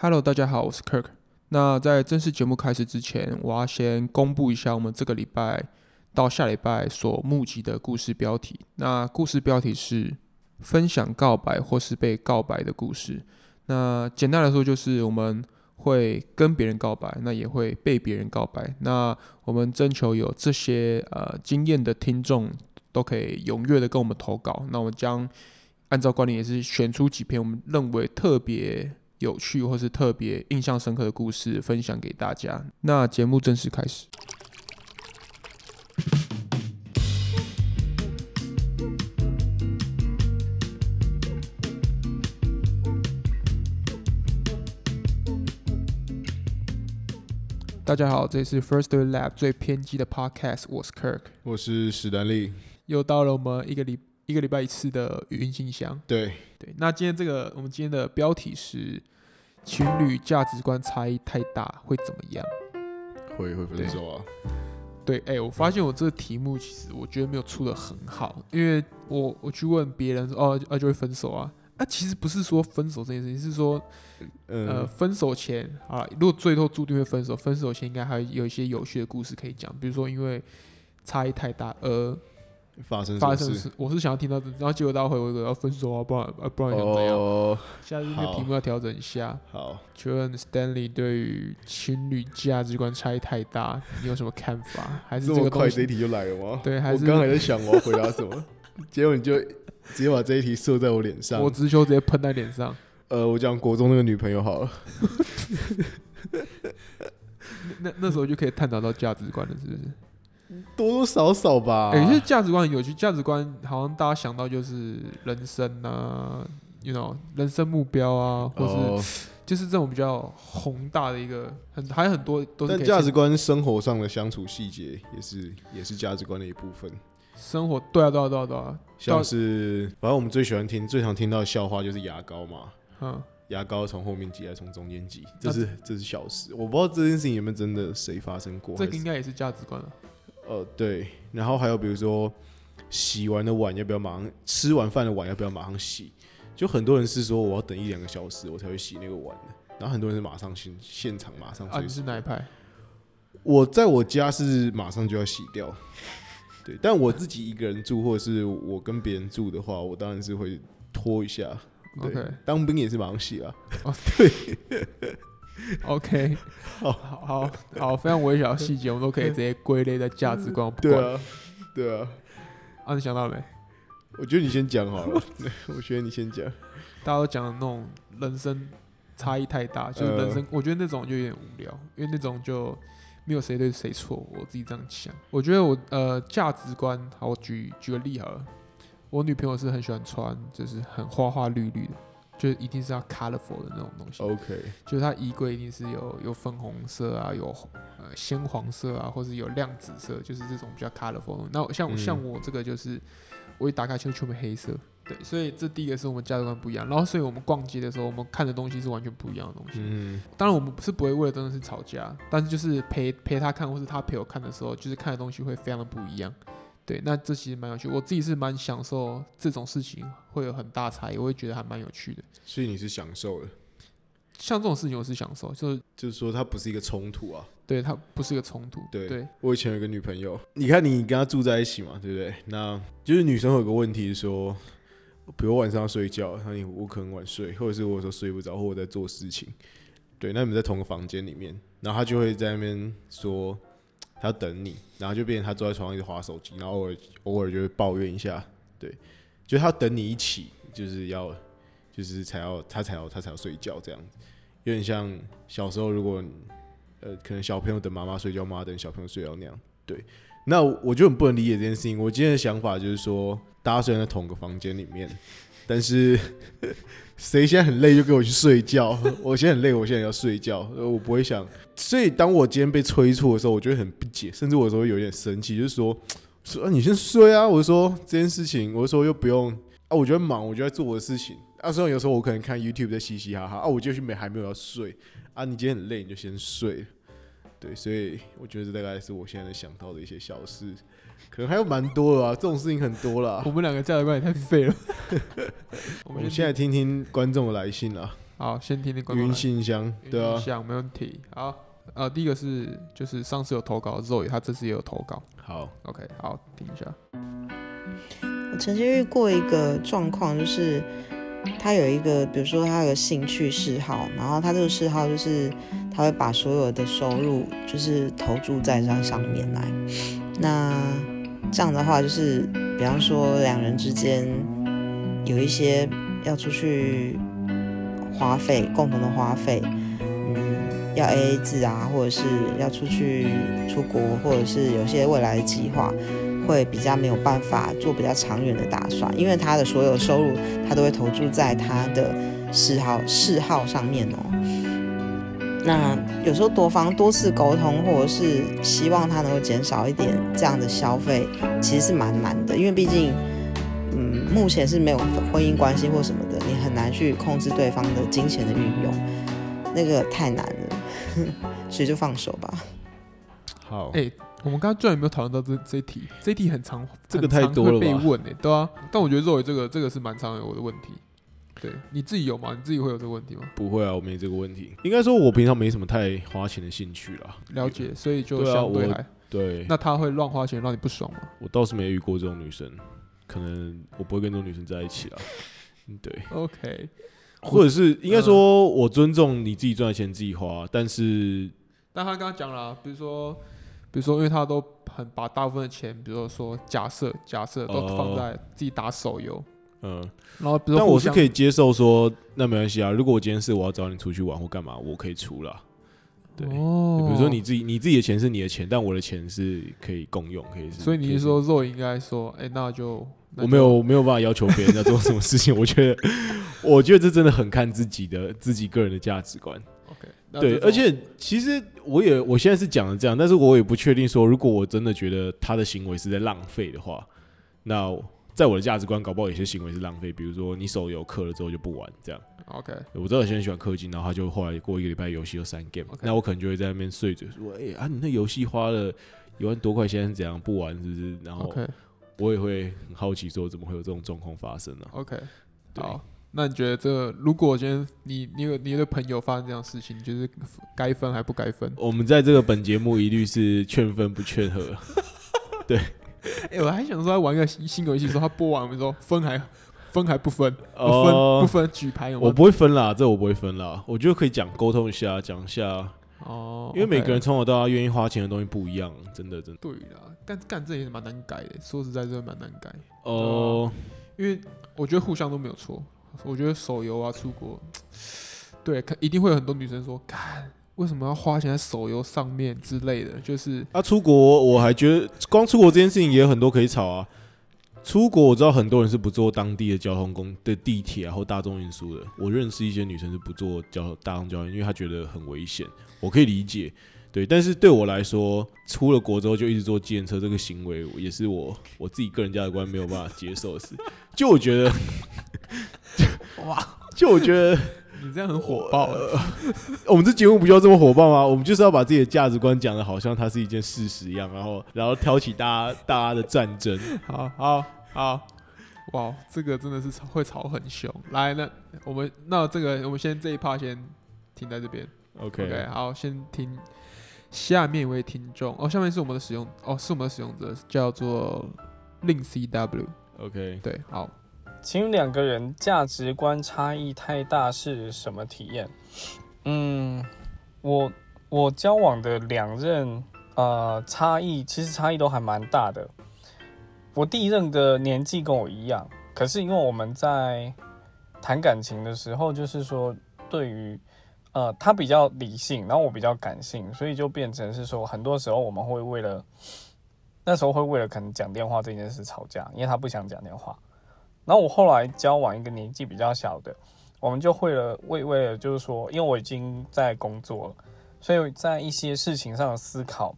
Hello，大家好，我是 Kirk。那在正式节目开始之前，我要先公布一下我们这个礼拜到下礼拜所募集的故事标题。那故事标题是“分享告白或是被告白的故事”。那简单来说，就是我们会跟别人告白，那也会被别人告白。那我们征求有这些呃经验的听众，都可以踊跃的跟我们投稿。那我们将按照惯例也是选出几篇我们认为特别有趣或是特别印象深刻的故事分享给大家。那节目正式开始。大家好，这里是 First Story Lab 最偏激的 Podcast，我是 Kirk，我是史丹利。又到了我们一个礼一个礼拜一次的语音信箱。对，对，那今天这个我们今天的标题是情侣价值观差异太大会怎么样？会会分手啊。对，哎、我发现我这个题目其实我觉得没有出的很好，因为我我去问别人说哦啊就会分手啊，啊其实不是说分手这件事情，是说呃嗯，分手前啊，如果最后注定会分手，分手前应该还有一些有趣的故事可以讲，比如说因为差异太大而发生什发么生事？事，我是想要听到这，然后结果大家回我一个要分手啊，不然啊不然想怎样？哦，下次这个好题目要调整一下。好，请问 Stanley 对于情侣价值观差异太大，你有什么看 法？还是这这么个东快这一西？题就来了吗？对还我是刚才在想我要回答什 么，结果你就直接把这一题射在我脸上我。直球直接喷在脸上。呃，我讲国中那个女朋友好了。那那时候就可以探讨到价值观了，是不是？多多少少吧。哎、其实价值观很有趣，价值观好像大家想到就是人生啊，you know，人生目标啊，或是哦，就是这种比较宏大的一个，很还有很多都是但可以价值观、生活上的相处细节也是也是价值观的一部分。生活。对啊，对啊，对啊，对啊，像是，反正我们最喜欢听、最常听到的笑话就是牙膏嘛。嗯，牙膏从后面挤还是从中间挤，这是、这是小事，我不知道这件事情有没有真的谁发生过。这还个是应该也是价值观了。啊呃对，然后还有比如说洗完的碗要不要马上吃完饭的碗要不要马上洗，就很多人是说我要等一两个小时我才会洗那个碗的，然后很多人是马上现现场马上啊，随你时是哪一派？我在我家是马上就要洗掉，对，但我自己一个人住或者是我跟别人住的话，我当然是会拖一下。对 OK 当兵也是马上洗啊。 OK，好好好，非常微小的细节，我们都可以直接归类在价值观，我不对管。啊，对啊。啊，你想到没？我觉得你先讲好了，我觉得你先讲。大家都讲的那种人生差异太大，就是人生，呃我觉得那种就有点无聊，因为那种就没有谁对谁错，我自己这样想。我觉得我呃价值观，好，我举举个例好了，我女朋友是很喜欢穿，就是很花花绿绿的。就一定是要 colorful 的那种东西 OK，就是它衣柜一定是有有粉红色啊，有呃鲜黄色啊，或是有亮紫色，就是这种比较 colorful 的东西。那像、嗯像我这个就是，我一打开就全部黑色。对，所以这第一个是我们价值观不一样。然后，所以我们逛街的时候，我们看的东西是完全不一样的东西。嗯，当然，我们不是不会为了真的是吵架，但是就是陪陪他看，或是他陪我看的时候，就是看的东西会非常的不一样。对，那这其实蛮有趣，我自己是蛮享受这种事情，会有很大差异，我会觉得还蛮有趣的。所以你是享受的，像这种事情，我是享受，就是就是说它不是一个冲突啊。对，它不是一个冲突。对对，我以前有一个女朋友，你看你跟她住在一起嘛，对不对？那就是女生会有个问题是说，比如晚上要睡觉，那你我可能晚睡，或者是我有时候睡不着，或者我在做事情，对，那你们在同个房间里面，然后她就会在那边说她要等你，然后就变成她坐在床上一直划手机，然后偶尔偶尔就会抱怨一下，对，就她等你一起，就是要就是才要她才要她才要睡觉这样子，有点像小时候如果呃，可能小朋友等妈妈睡觉，妈妈等小朋友睡觉那样。对，那我就很不能理解这件事情。我今天的想法就是说，大家虽然在同个房间里面，但是 谁现在很累就给我去睡觉。 我现在很累，我现在要睡觉，呃我不会想。所以当我今天被催促的时候，我就会很不解，甚至我有时候会有点生气，就是说，说、啊、你先睡啊。我就说这件事情，我就说又不用啊，我觉得忙，我就在做我的事情。啊，虽然有时候我可能看 YouTube 在嘻嘻哈哈，啊，我就去没还没有要睡啊，你今天很累，你就先睡。对，所以我觉得这大概是我现在能想到的一些小事，可能还有蛮多的啊，这种事情很多啦 我。们两个价值观也太废了。我啊我们们现现在在听听观众的来信啦。啊好，先听听观众云来信箱，对啊，想没问题。好，呃，第一个是就是上次有投稿 Zoe，他这次也有投稿。好， OK，好，听一下。我曾经遇过一个状况，就是他有一个，比如说他有个兴趣嗜好，然后他这个嗜好就是他会把所有的收入就是投注在这上面来。那这样的话，就是比方说两人之间有一些要出去花费，共同的花费，嗯，要 A A 制啊，或者是要出去出国，或者是有些未来的计划，会比较没有办法做比较长远的打算，因为他的所有收入他都会投注在他的嗜好嗜好上面哦。那有时候多方多次沟通，或者是希望他能够减少一点这样的消费，其实是蛮难的，因为毕竟，嗯，目前是没有婚姻关系或什么的，你很难去控制对方的金钱的运用，那个太难了， 所以就放手吧。好，哎、我们刚刚居然没有讨论到这这一题，这一题很常，这个很常太多了吧会被问哎、对啊。但我觉得 Zoe 这个这个是蛮常有的问题。对，你自己有吗？你自己会有这个问题吗？不会啊，我没这个问题。应该说，我平常没什么太花钱的兴趣啦。了解，所以就对啊相对我还。对，那他会乱花钱让你不爽吗？我倒是没遇过这种女生，可能我不会跟这种女生在一起 啊。嗯对， OK，或者是应该说，我尊重你自己赚的钱自己花，但是但他刚刚讲了啊，比如说，比如说，因为他都很把大部分的钱，比如说说假设假设都哦放在自己打手游，嗯，然后比如说但我是可以以接受说，那没关系啊。如果我今天是我要找你出去玩或干嘛，我可以出啦。对，哦比如说你，自己你自己的钱是你的钱，但我的钱是可以共用，可以是。哦所以你可是是说肉应该说，哎、那就那我就没有没有办法要求别人要做什么事情，我觉得 我觉得这真的很看自己的自己个人的价值观。 OK，那对这，种而且其实我也我现在是讲的这样，但是我也不确定说，如果我真的觉得他的行为是在浪费的话，那在我的价值观，搞不好有些行为是浪费，比如说你手游氪了之后就不玩这样。 OK，我知道有些人喜欢氪金，然后他就后来过一个礼拜游戏就删 game，、 OK 那我可能就会在那边碎嘴说：“哎、啊，你那游戏花了一万多块，现在是怎样不玩是不是？”然后 OK 我也会很好奇说，怎么会有这种状况发生啊呢、 OK，对好，那你觉得这个如果今天你你有你的朋友发生这样的事情，你就是该分还不该分？ 我们在这个本节目一律是劝分不 劝和，哎、我还想说他玩个新新游戏，说他播完我们说分还分还不分，不分、哦不分举牌有没我有？不会分啦，这我不会分啦。我觉得可以讲沟通一下，讲一下，哦，因为每 OK 个人从小到大愿意花钱的东西不一样，真的真的。对啦，干干这也蛮难改的，说实在真的蛮难改，啊哦、因为我觉得互相都没有错。我觉得手游啊，出国，对，可一定会有很多女生说，干为什么要花钱在手游上面之类的，就是啊，出国我还觉得光出国这件事情也有很多可以吵啊。出国我知道很多人是不坐当地的交通工的地铁啊或大众运输的。我认识一些女生是不坐交大众交通，因为她觉得很危险，我可以理解。对，但是对我来说，出了国之后就一直坐计程车这个行为，也是我我自己个人价值观没有办法接受的事。就我觉得， 哇，就我觉得你这样很火爆欸。 我们这节目不就要这么火爆吗？我们就是要把自己的价值观讲的好像它是一件事实一样，然后然后挑起大家大家的 战争。 好好好，哇，这个真的是吵会吵很凶。来，那我们那这个我们先这一趴先停在这边。 OK，, OK，好，先听下面一位听众哦，下面是我们的使用哦，是我们的使用者叫做令 CW。 OK，对，好，请问两个人价值观差异太大是什么体验？嗯，我我交往的两任呃差异其实差异都还蛮大的。我第一任的年纪跟我一样，可是因为我们在谈感情的时候，就是说对于呃他比较理性，然后我比较感性，所以就变成是说很多时候我们会为了那时候会为了可能讲电话这件事吵架，因为他不想讲电话。然后我后来交往一个年纪比较小的，我们就会了为为了就是说，因为我已经在工作了，所以在一些事情上的思考，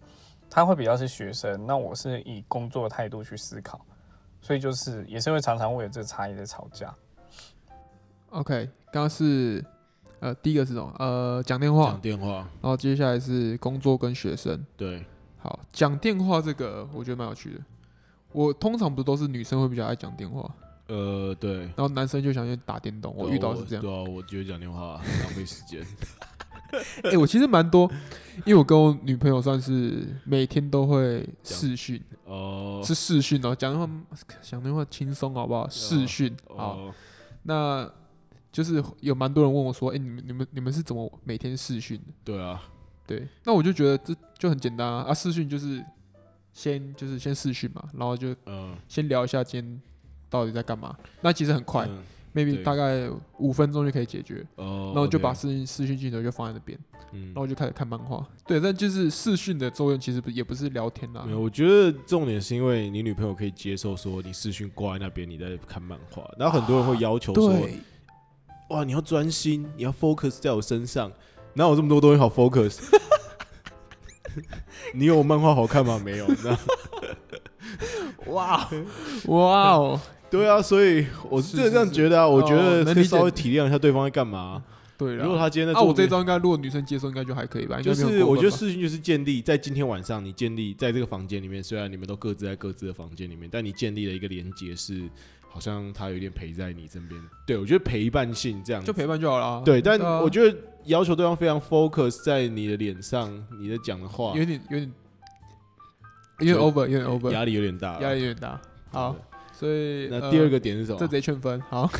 他会比较是学生，那我是以工作的态度去思考，所以就是也是会常常为了这差异在吵架。 OK，刚刚是呃第一个是什么？呃，讲电话讲，电话，然后接下来是工作跟学生。对，好，讲电话这个我觉得蛮有趣的。我通常不都是女生会比较爱讲电话，呃，对，然后男生就想去打电动，我遇到是这样。对啊，我觉得讲电话浪费 时间。哎、我其实蛮多，因为我跟我女朋友算是每天都会视讯，哦是视讯哦，讲的话讲的话轻松好不好？视讯好，哦，那就是有蛮多人问我说，哎、你们你们你们是怎么每天视讯的？对啊，对，那我就觉得这就很简单啊，啊视讯就是先就是先视讯嘛，然后就嗯，先聊一下今天到底在干嘛。那其实很快、嗯 m a y b 对 e 大概五分钟就可以解决。哦，然后就把 OK，视讯视讯镜头就放在那边，嗯然后我就开始看漫画。对，但就是视讯的作用其实不也不是聊天啦没，有，我觉得重点是因为你女朋友可以接受说你视讯挂在那边，你在看漫画，然后很多人啊会要求说，对，哇，你要专心，你要 focus 在我身上，哪有这么多东西好 focus？你有漫画好看吗？没有，那哇 哇哦， 对啊，所以我是是真的这样是觉得啊，我哦觉得能可以理解稍微体谅一下对方在干嘛。啊对如果了。他今天在那做啊我这别一招应该，如果女生接受，应该就还可以吧？应该就没有是过我分觉得吧事情就是建立在今天晚上，你建立在这个房间里面，虽然你们都各自在各自的房间里面，但你建立了一个连接，是好像他有一点陪在你身边。对我觉得陪伴性这样子就陪伴就好了啊。对，但啊我觉得要求对方非常 focus 在你的脸上，你在讲的话，有点有点有点就 over，有点 over，压力有点大。压力有点大。好，所以对。那呃第二个点是什么？这直接劝分。 好，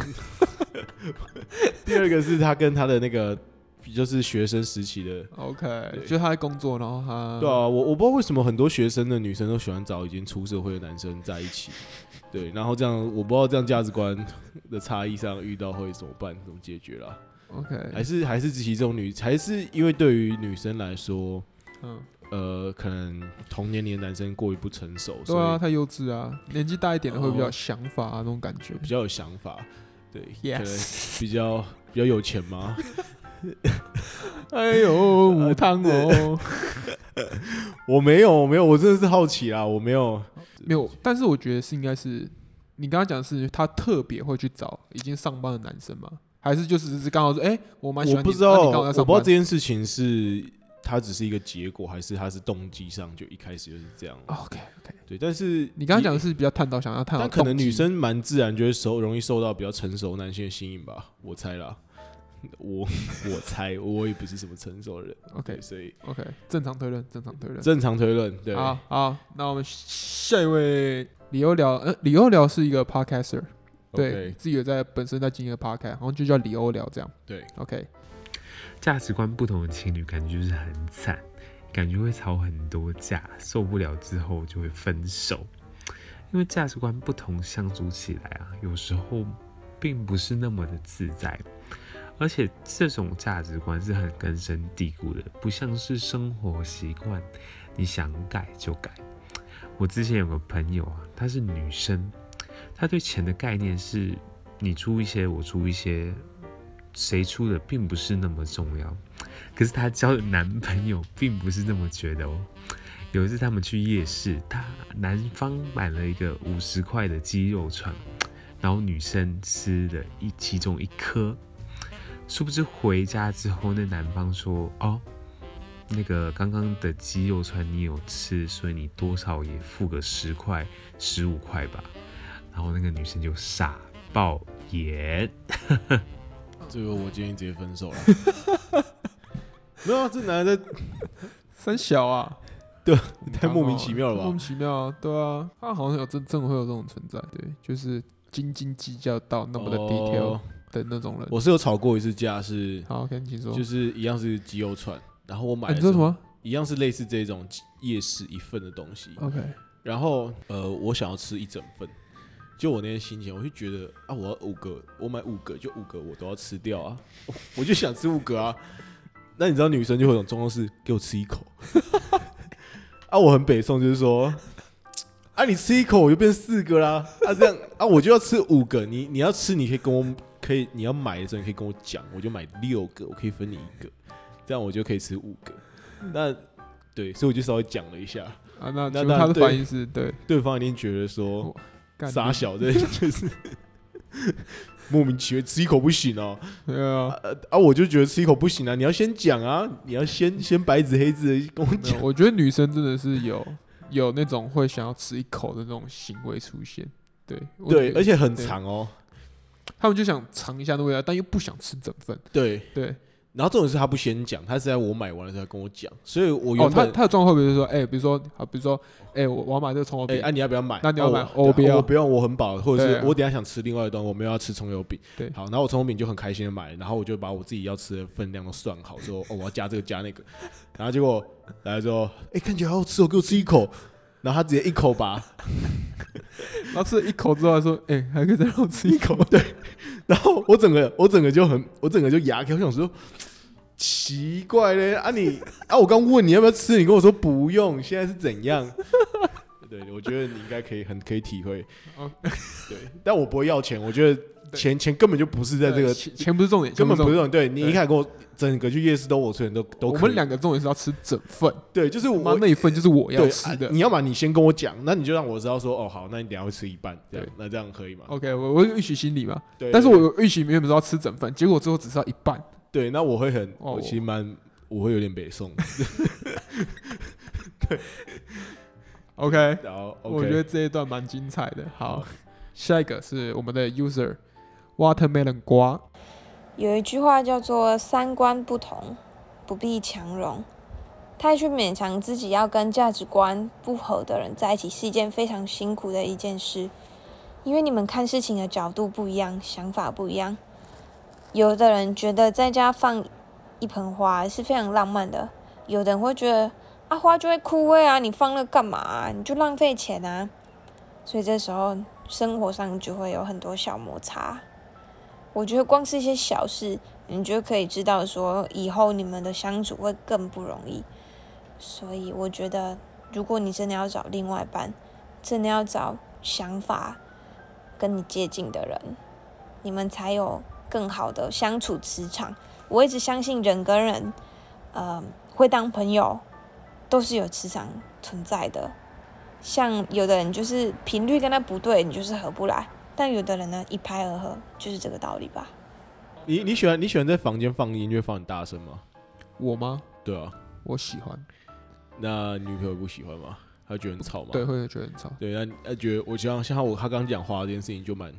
第二个是他跟他的那个就是学生时期的。 OK，对就是他在工作，然后他对啊，我我不知道为什么很多学生的女生都喜欢找已经出社会的男生在一起，对，然后这样我不知道这样价值观的差异上遇到会怎么办，怎么解决啦？还 OK，是还是其中女，还是因为对于女生来说，嗯，呃，可能同年龄的男生过于不成熟，对所以啊，太幼稚啊，年纪大一点的会比较哦有想法啊，那种感觉。比较有想法， 对 Yes 可能 比较比较有钱吗？哎呃呦，母汤哦， 我没有，我没有，我真的是好奇啦，啊我没有， 没有，但是我觉得是应该是你刚刚讲的是他特别会去找已经上班的男生吗？还是就只是刚好说，哎、我蛮喜我欢你，不知那道，你刚好在上我不知道班这件事情是它只是一个结果，还是它是动机上就一开始就是这样。 OK OK，对，但是哦你刚刚讲的，是比较探讨，想要探讨但动机，可能女生蛮自然就会受容易受到比较成熟男性的吸引吧，我猜啦。我 我猜，我也不是什么成熟的人 OK 对所以 OK 正常推论，正常推论。正常推论，对，好好，那我们下一位李欧聊，呃，李欧聊是一个 podcaster，对 OK，自己有在本身在经营的 podcast，然后就叫李欧聊这样对， OK，价值观不同的情侣，感觉就是很惨，感觉会吵很多架，受不了之后就会分手。因为价值观不同，相处起来啊，有时候并不是那么的自在，而且这种价值观是很根深蒂固的，不像是生活习惯，你想改就改。我之前有个朋友啊，她是女生，她对钱的概念是你出一些，我出一些，谁出的并不是那么重要，可是她交的男朋友 并不是这么觉得哦。有一次他们去夜市，她男方买了一个五十块的鸡肉串，然后女生吃了一其中一颗，殊不知回家之后，那男方说：“哦，那个刚刚的鸡肉串你有吃，所以你多少也付个十块、十五块吧。”然后那个女生就傻爆眼。这个我建议直接分 手了。没有啊，这男的在三小啊，太莫名其妙了莫名吧？其妙啊，对啊，他好像有真正会有这种存在，对，就是斤斤计较到那么的 detail 哦的那种人。我是有吵过一次架，是好，OK，你请说。就是一样是鸡肉串，然后我买啊，的你时候说什么一样是类似这种夜市一份的东西， ？OK，然后呃，我想要吃一整份，就我那天心情，我就觉得啊，我要五个，我买五个，就五个我都要吃掉啊， 我我就想吃五个啊。那你知道女生就会有种状况是给我吃一口， 啊，我很北宋，就是说，啊，你吃一口我就变四个啦，啊，这样啊，我就要吃五个，你你要吃你可以跟我可以你要买的时候你可以跟我讲，我就买六个，我可以分你一个，这样我就可以吃五个。那对，所以我就稍微讲了一下，啊，那那请当问他然的对反应是对，对方一定觉得说干傻你啊小的， 就是莫名其妙吃一口不行哦、对啊。啊啊！我就觉得吃一口不行啊，你要先讲啊，你 要先先白纸黑字的跟我没有讲。我觉得女生真的是有有那种会想要吃一口的那种行为出现，对我对，觉得而且很对长哦，他们就想尝一下那味道，但又不想吃整份。对。对，然后这种是他不先讲，他是在我买完了才跟我讲，所以我哦，原他本他的状况会不会是说，哎、比如说啊，比如说，哎、我我要买这个葱油哎、饼，啊，你要不要买？那你要哦买我哦不要我不用，我很饱，或者对啊是我等一下想吃另外一段，我没有要吃葱油饼。对好，然后我葱油饼就很开心的买，然后我就把我自己要吃的分量都算好，说哦我要加这个加那个，然后结果来了之后，哎、看起来好好吃哦，给我吃一口，然后他直接一口把，然后吃了一口之后，他说，哎、还可以再让我吃一口。然后我整个我整个就很我整个就牙开，我想说奇怪嘞，啊你啊我刚问你要不要吃，你跟我说不用，现在是 怎样？对，我觉得你应该可以很可以体会。哦对，但我不会要钱，我觉得钱钱根本就不是 在这对个，钱钱不是重点，根本不钱是重点。重点。对你对一开始跟我整个去夜市都我出钱都都我可以们两个重点是要吃整份，对，就是妈我那一份就是我要对吃的啊。你要么你先跟我讲，那你就让我知道说哦好，那你等一下会吃一半，这样对那这样可以吗？ OK，我我有预期心理嘛，对，但是对我有预期原本是要吃整份，结果最后只吃到一半。对，那我会很，哦我其实蛮，我会有点北宋。 OK，然后 OK， 我觉得这一段蛮精彩的。好好，下一个是我们的 user watermelon 瓜，有一句话叫做“三观不同，不必强融”，太去勉强自己要跟价值观不合的人在一起，是一件非常辛苦的一件事，因为你们看事情的角度不一样，想法不一样。有的人觉得在家放一盆花是非常浪漫的，有的人会觉得啊花就会枯萎啊，你放了干嘛啊、你就浪费钱啊。所以这时候生活上就会有很多小摩擦。我觉得光是一些小事，你就可以知道说以后你们的相处会更不容易。所以我觉得，如果你真的要找另外一半，真的要找想法跟你接近的人，你们才有更好的相处磁场。我一直相信人跟人，呃，会当朋友，都是有磁场存在的。像有的人就是频率跟他不对，你就是合不来。但有的人呢，一拍而合，就是这个道理吧。你你喜欢你喜欢在房间放音乐放很大声吗？我吗？对啊，我喜欢，那女朋友不喜欢吗？她觉得很吵吗？对，会觉得很吵。对，那她觉得我像像我她刚讲话这件事情就蛮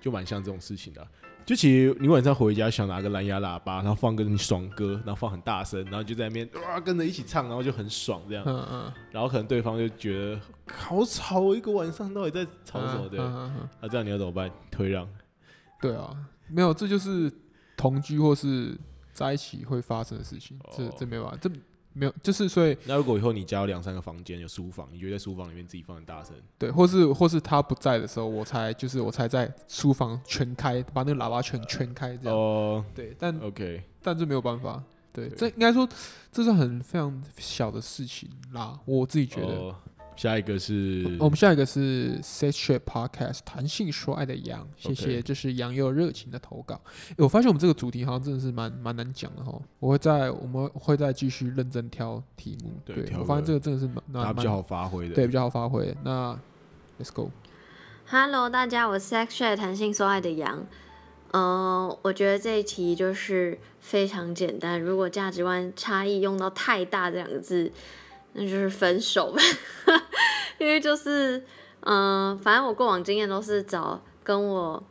就蛮像这种事情的啊、就其实你晚上回家想拿个蓝牙喇叭，然后放个你爽歌，然后放很大声，然后就在那边哇跟着一起唱，然后就很爽这样，嗯嗯，然后可能对方就觉得好吵哦，一个晚上到底在吵什么？嗯对，嗯嗯嗯那这样你要怎么办？退让。对啊，没有，这就是同居或是在一起会发生的事情，这哦这没办法，这没有，就是所以那如果以后你家有两三个房间有书房，你觉得在书房里面自己放很大声？对，或是或是他不在的时候，我才就是我才在书房全开，把那个喇叭全全开这样，哦、对，但 o k 但这没有办法，对，对这应该说这是很非常小的事情啦，我自己觉得。哦下一个是我们下一个是 Set Trip Podcast 弹性说爱的羊，谢谢， OK 这是羊又热情的投稿。诶我发现我们这个主题好像真的是蛮蛮难讲的哈，我会在我们会再继续认真挑题目。对对，挑我发现个这个真的是蛮大家蛮比较好发挥蛮的。对比较好发挥。那 Let's go。 Hello，大家，我是 Sex Share 弹性说爱的羊。嗯、我觉得这一题就是非常简单。如果价值观差异用到太大这两个字，那就是分手吧。 因为就是，嗯、反正我过往经验都是找跟我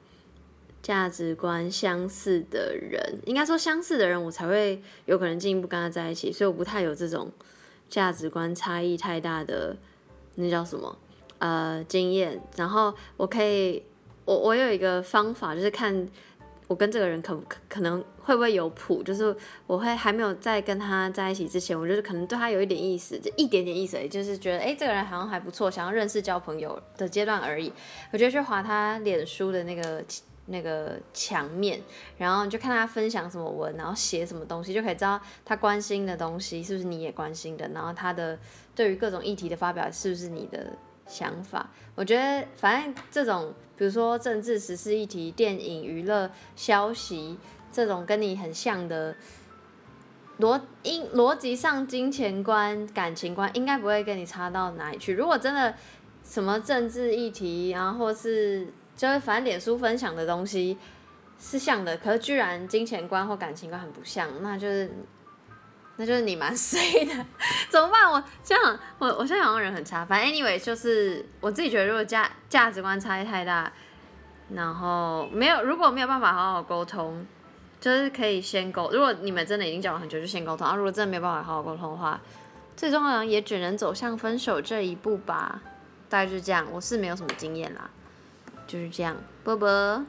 价值观相似的人，应该说相似的人，我才会有可能进一步跟他在一起。所以我不太有这种价值观差异太大的，那叫什么？呃经验，然后我可以，我我有一个方法，就是看我跟这个人可不可可能会不会有谱，就是我会还没有在跟他在一起之前，我就是可能对他有一点意思，就一点点意思而已，就是觉得哎这个人好像还不错，想要认识交朋友的阶段而已，我就去划他脸书的那个。那个墙面，然后你就看他分享什么文，然后写什么东西，就可以知道他关心的东西是不是你也关心的，然后他的对于各种议题的发表是不是你的想法。我觉得反正这种，比如说政治、时事议题、电影、娱乐、消息这种跟你很像的逻因逻辑上、金钱观、感情观，应该不会跟你差到哪里去。如果真的什么政治议题，然后或是就是反正脸书分享的东西。是像的，可是居然金钱观或感情观很不像，那就是那就是你蛮 衰的，怎么办？我这样，我我现在好像人很差。反正 anyway，就是我自己觉得，如果价价值观差异太大，然后没有如果没有办法好好沟通，就是可以先沟。如果你们真的已经交往很久，就先沟通。啊，如果真的没有办法好好沟通的话，最终好像也只能走向分手这一步吧。大概就是这样，我是没有什么经验啦，就是这样。波波，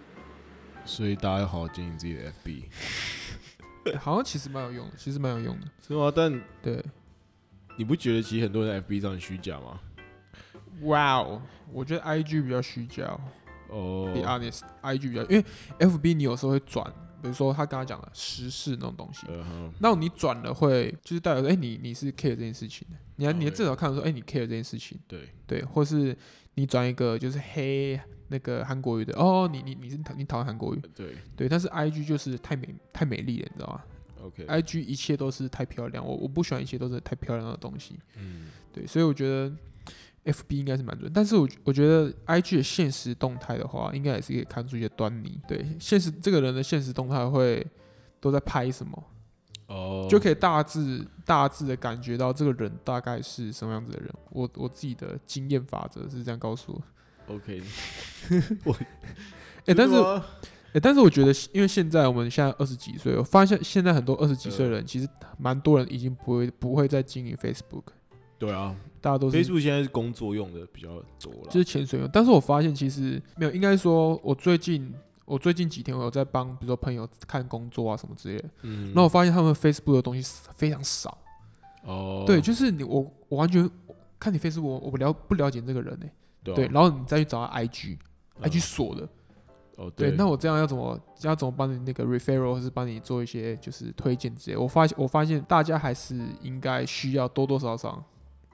所以大家要好好经营自己的 FB，好像其实蛮有用的，其实蛮有用的。是吗？但对，你不觉得其实很多人在 FB 上很虚假吗？哇哦，我觉得 I G 比较虚假哦。哦 Be honest，I G 比较，因为 F B 你有时候会转，比如说他刚刚讲的时事那种东西，呃哼，那你转了会就是代表说，哎、你你是 care 这件事情的，你要哦你对至少看得出，哎、你 care 这件事情，对，对，或是你转一个就是黑那个韩国语的，哦，你你你是你讨厌韩国语，对对，但是 I G 就是太美太美丽了，你知道吗，OK， ？I G 一切都是太漂亮，我我不喜欢一切都是太漂亮的东西，嗯，对，所以我觉得 F B 应该是蛮准，但是我我觉得 I G 的现实动态的话，应该也是可以看出一些端倪。对，现实这个人的现实动态会都在拍什么，哦，就可以大致大致的感觉到这个人大概是什么样子的人。我我自己的经验法则是这样告诉我。 OK，哎、但是真的吗欸，但是我觉得，因为现在我们现在二十几岁，我发现现在很多二十几岁的人，其实蛮多人已经不会不会再经营 Facebook，对啊大家都是，Facebook 现在是工作用的比较多了，就是潜水用。但是我发现其实没有，应该说，我最近我最近几天我有在帮，比如说朋友看工作啊什么之类的，嗯然后我发现他们 Facebook 的东西非常少。哦，对，就是你我我完全看你 Facebook，我我不了不了解这个人呢、对啊对，然后你再去找他 IG，IG 嗯锁的。哦对，那我我这样要怎么要怎么帮你那个 referral，或是帮你做一些就是推荐之类？我发现我发现大家还是应该需要多多少少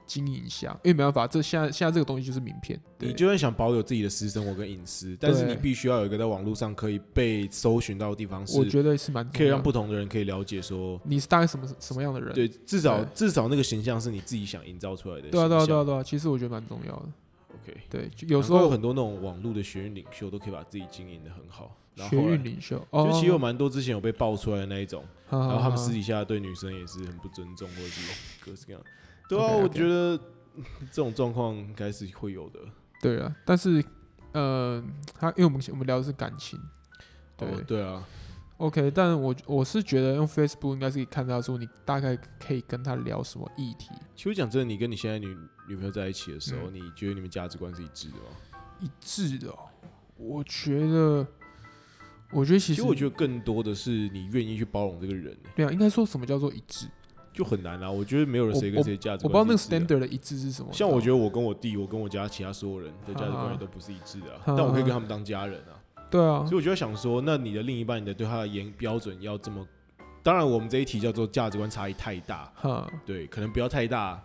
经营一下，因为没办法，这现在现在这个东西就是名片，对你就算想保有自己的私生活跟隐私，但是你对必须要有一个在网络上可以被搜寻到的地方，是我觉得是蛮重可以要让的不同的人可以了解说，你是大概什么什么样的人？对，至少对至少那个形象是你自己想营造出来的。对啊对啊对啊。对啊，其实我觉得蛮重要的。 OK，对，就有时难怪有候很多那种网络的学运领袖都可以把自己经营的很好，然学后后来运领袖哦，啊就其实有蛮多之前有被爆出来的那一种，好然好后他们好私底下对女生也是很不尊重，或者是 各式各样。对啊， OK，OK 我觉得这种状况应该是会有的。对啊，但是呃，他因为我们我们聊的是感情，对、哦对啊， OK，但我我是觉得用 Facebook 应该是可以看到说你大概可以跟他聊什么议题，其实讲真的，你跟你现在女女朋友在一起的时候，嗯你觉得你们价值观是一致的吗？一致的、哦。我觉得，我觉得其其实实我觉得更多的是你愿意去包容这个人，欸对啊，应该说什么叫做一致？就很难啦。我觉得没有人谁跟谁价值我不知道观那个是啊一致的。啊 standard 的一致是什么。像我觉得得我跟我弟，我跟我家其他所有人的价值观也都不是一致的、啊，但我可以跟他们当家人啊。对啊所以，我就在想说，那你的另一半，你的对他的严标准要这么……当然，我们这一题叫做价值观差异太大，哈，对，可能不要太大，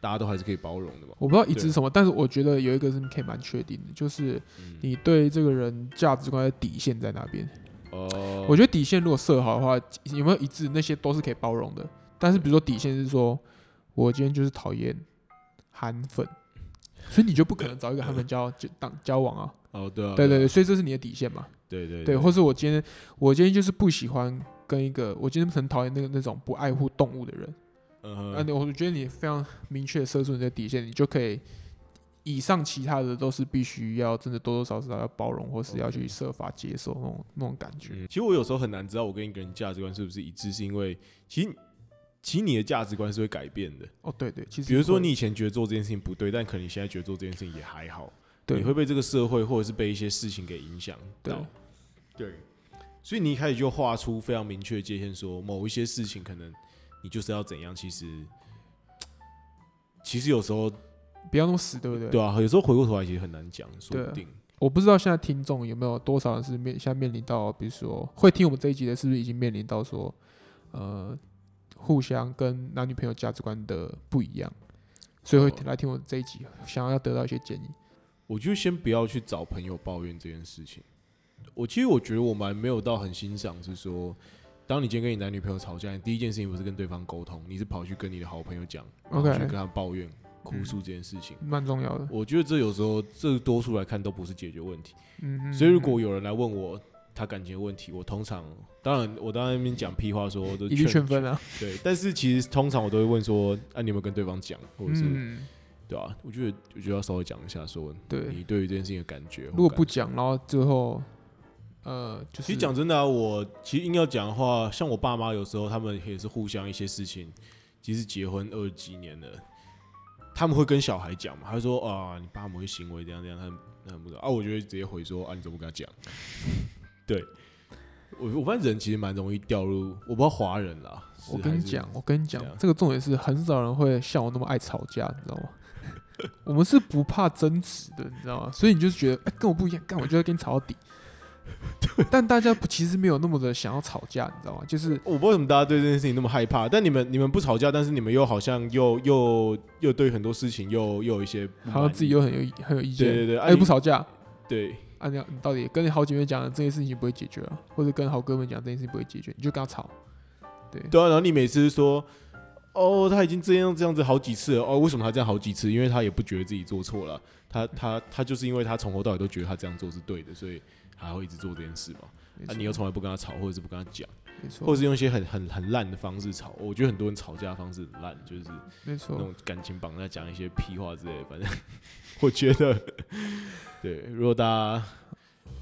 大家都还是可以包容的嘛。我不知道一致对啊是什么，但是我觉得有一个是你可以蛮确定的，就是嗯，你对这个人价值观的底线在哪边。哦，我觉得底线如果设好的话，有没有一致，那些都是可以包容的。但是比如说底线是说，我今天就是讨厌韩粉，所以你就不可能找一个韩粉交就当交往啊。哦，对啊，对对对对，所以这是你的底线嘛？对对对，或是我今天我今天就是不喜欢跟一个，我今天很讨厌那个那种不爱护动物的人。嗯啊，哼你我觉得你非常明确地设出你的底线，你就可以。以上其他的都是必须要真的多多少少要包容，或是要去 OK 设法接受那种那种感觉。嗯嗯，其实我有时候很难知道我跟一个人价值观是不是一致，是因为其实其实你的价值观是会改变的。哦，对对，其实比如说会你以前觉得做这件事情不对，但可能你现在觉得做这件事情也还好，对你会被这个社会或者是被一些事情给影响对到。对，所以你一开始就画出非常明确的界限，说某一些事情可能你就是要怎样。其实，其实有时候不要那么死，对不对？对啊，有时候回过头来其实很难讲，说对啊不定。我不知道现在听众有没有多少人是面现在面临到，比如说会听我们这一集的，是不是已经面临到说，呃，互相跟男女朋友价值观的不一样，所以会哦来听我这一集，想要得到一些建议。我就先不要去找朋友抱怨这件事情。我其实我觉得我蛮没有到很欣赏，是说，当你今天跟你男女朋友吵架，你第一件事情不是跟对方沟通，你是跑去跟你的好朋友讲 OK 嗯然后去跟他抱怨、哭诉这件事情。蛮重要的，我觉得这有时候这多数来看都不是解决问题。嗯，嗯所以如果有人来问我他感情的问题，我通常当然我当然那边讲屁话说都一律劝分啊，啊。对，但是其实通常我都会问说，啊，你有没有跟对方讲，或者是、嗯，对啊，我觉得我觉得要稍微讲一下说，对。你对于这件事情的感觉。如果或感不讲，然后最后，呃，就是其实讲真的、啊，我其实硬要讲的话，像我爸妈有时候他们也是互相一些事情，即使结婚二十几年了，他们会跟小孩讲嘛，他说啊，你爸某些行为这样这样，他很他很不懂啊，我就会直接回说啊，你怎么不跟他讲？对我我发现人其实蛮容易掉入，我不知道华人啦，是我跟还你是讲，我跟你讲这，样这个重点是很少人会像我那么爱吵架，你知道吗？ 我们是不怕争执的，你知道吗？所以你就是觉得，哎、跟我不一样，干我就要跟你吵到底。 但大家不其实没有那么的想要吵架，你知道吗？就是我不知道为什么大家对这件事情那么害怕，但你们你们不吵架，但是你们又好像又又又对很多事情又又有一些不好满像意自己又很有意很有意见，对对对啊哎、你不吵架，对啊，你要你到底跟你好姐妹讲这件事情不会解决啊，或者跟好哥们讲这件事情不会解决，你就跟他吵。对啊，然后你每次说哦，他已经这样这样子好几次了，哦，为什么他这样好几次？因为他也不觉得自己做错了，他他他就是因为他从头到尾都觉得他这样做是对的，所以还会一直做这件事嘛。没啊，错你又从来不跟他吵，或者是不跟他讲，没错，或者是用一些很很很烂的方式吵。我觉得很多人吵架的方式很烂，就是没那错种，感情绑架，讲一些屁话之类的。反正 我觉得，对，如果大家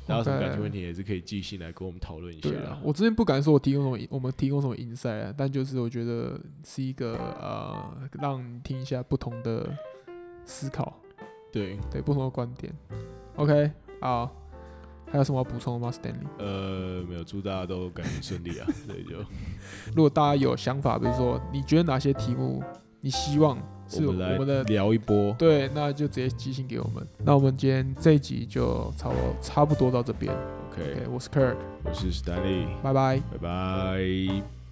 大家有什么感情问题，也是可以寄信来跟我们讨论一下对。啊，我之前不敢说我提供什么，我们提供什么 insight，啊但就是我觉得是一个呃，让你听一下不同的思考，对，对不同的观点。OK，好，还有什么要补充的吗，Stanley？呃，没有，祝大家都感情顺利啊！对，就如果大家有想法，比如说你觉得哪些题目你希望是我我们来们的聊一波。对，那就直接寄信给我们。那我们今天这一集就差不多差不多到这边。 OK， OK，我是 Kirk，我是史丹利，拜拜。拜拜。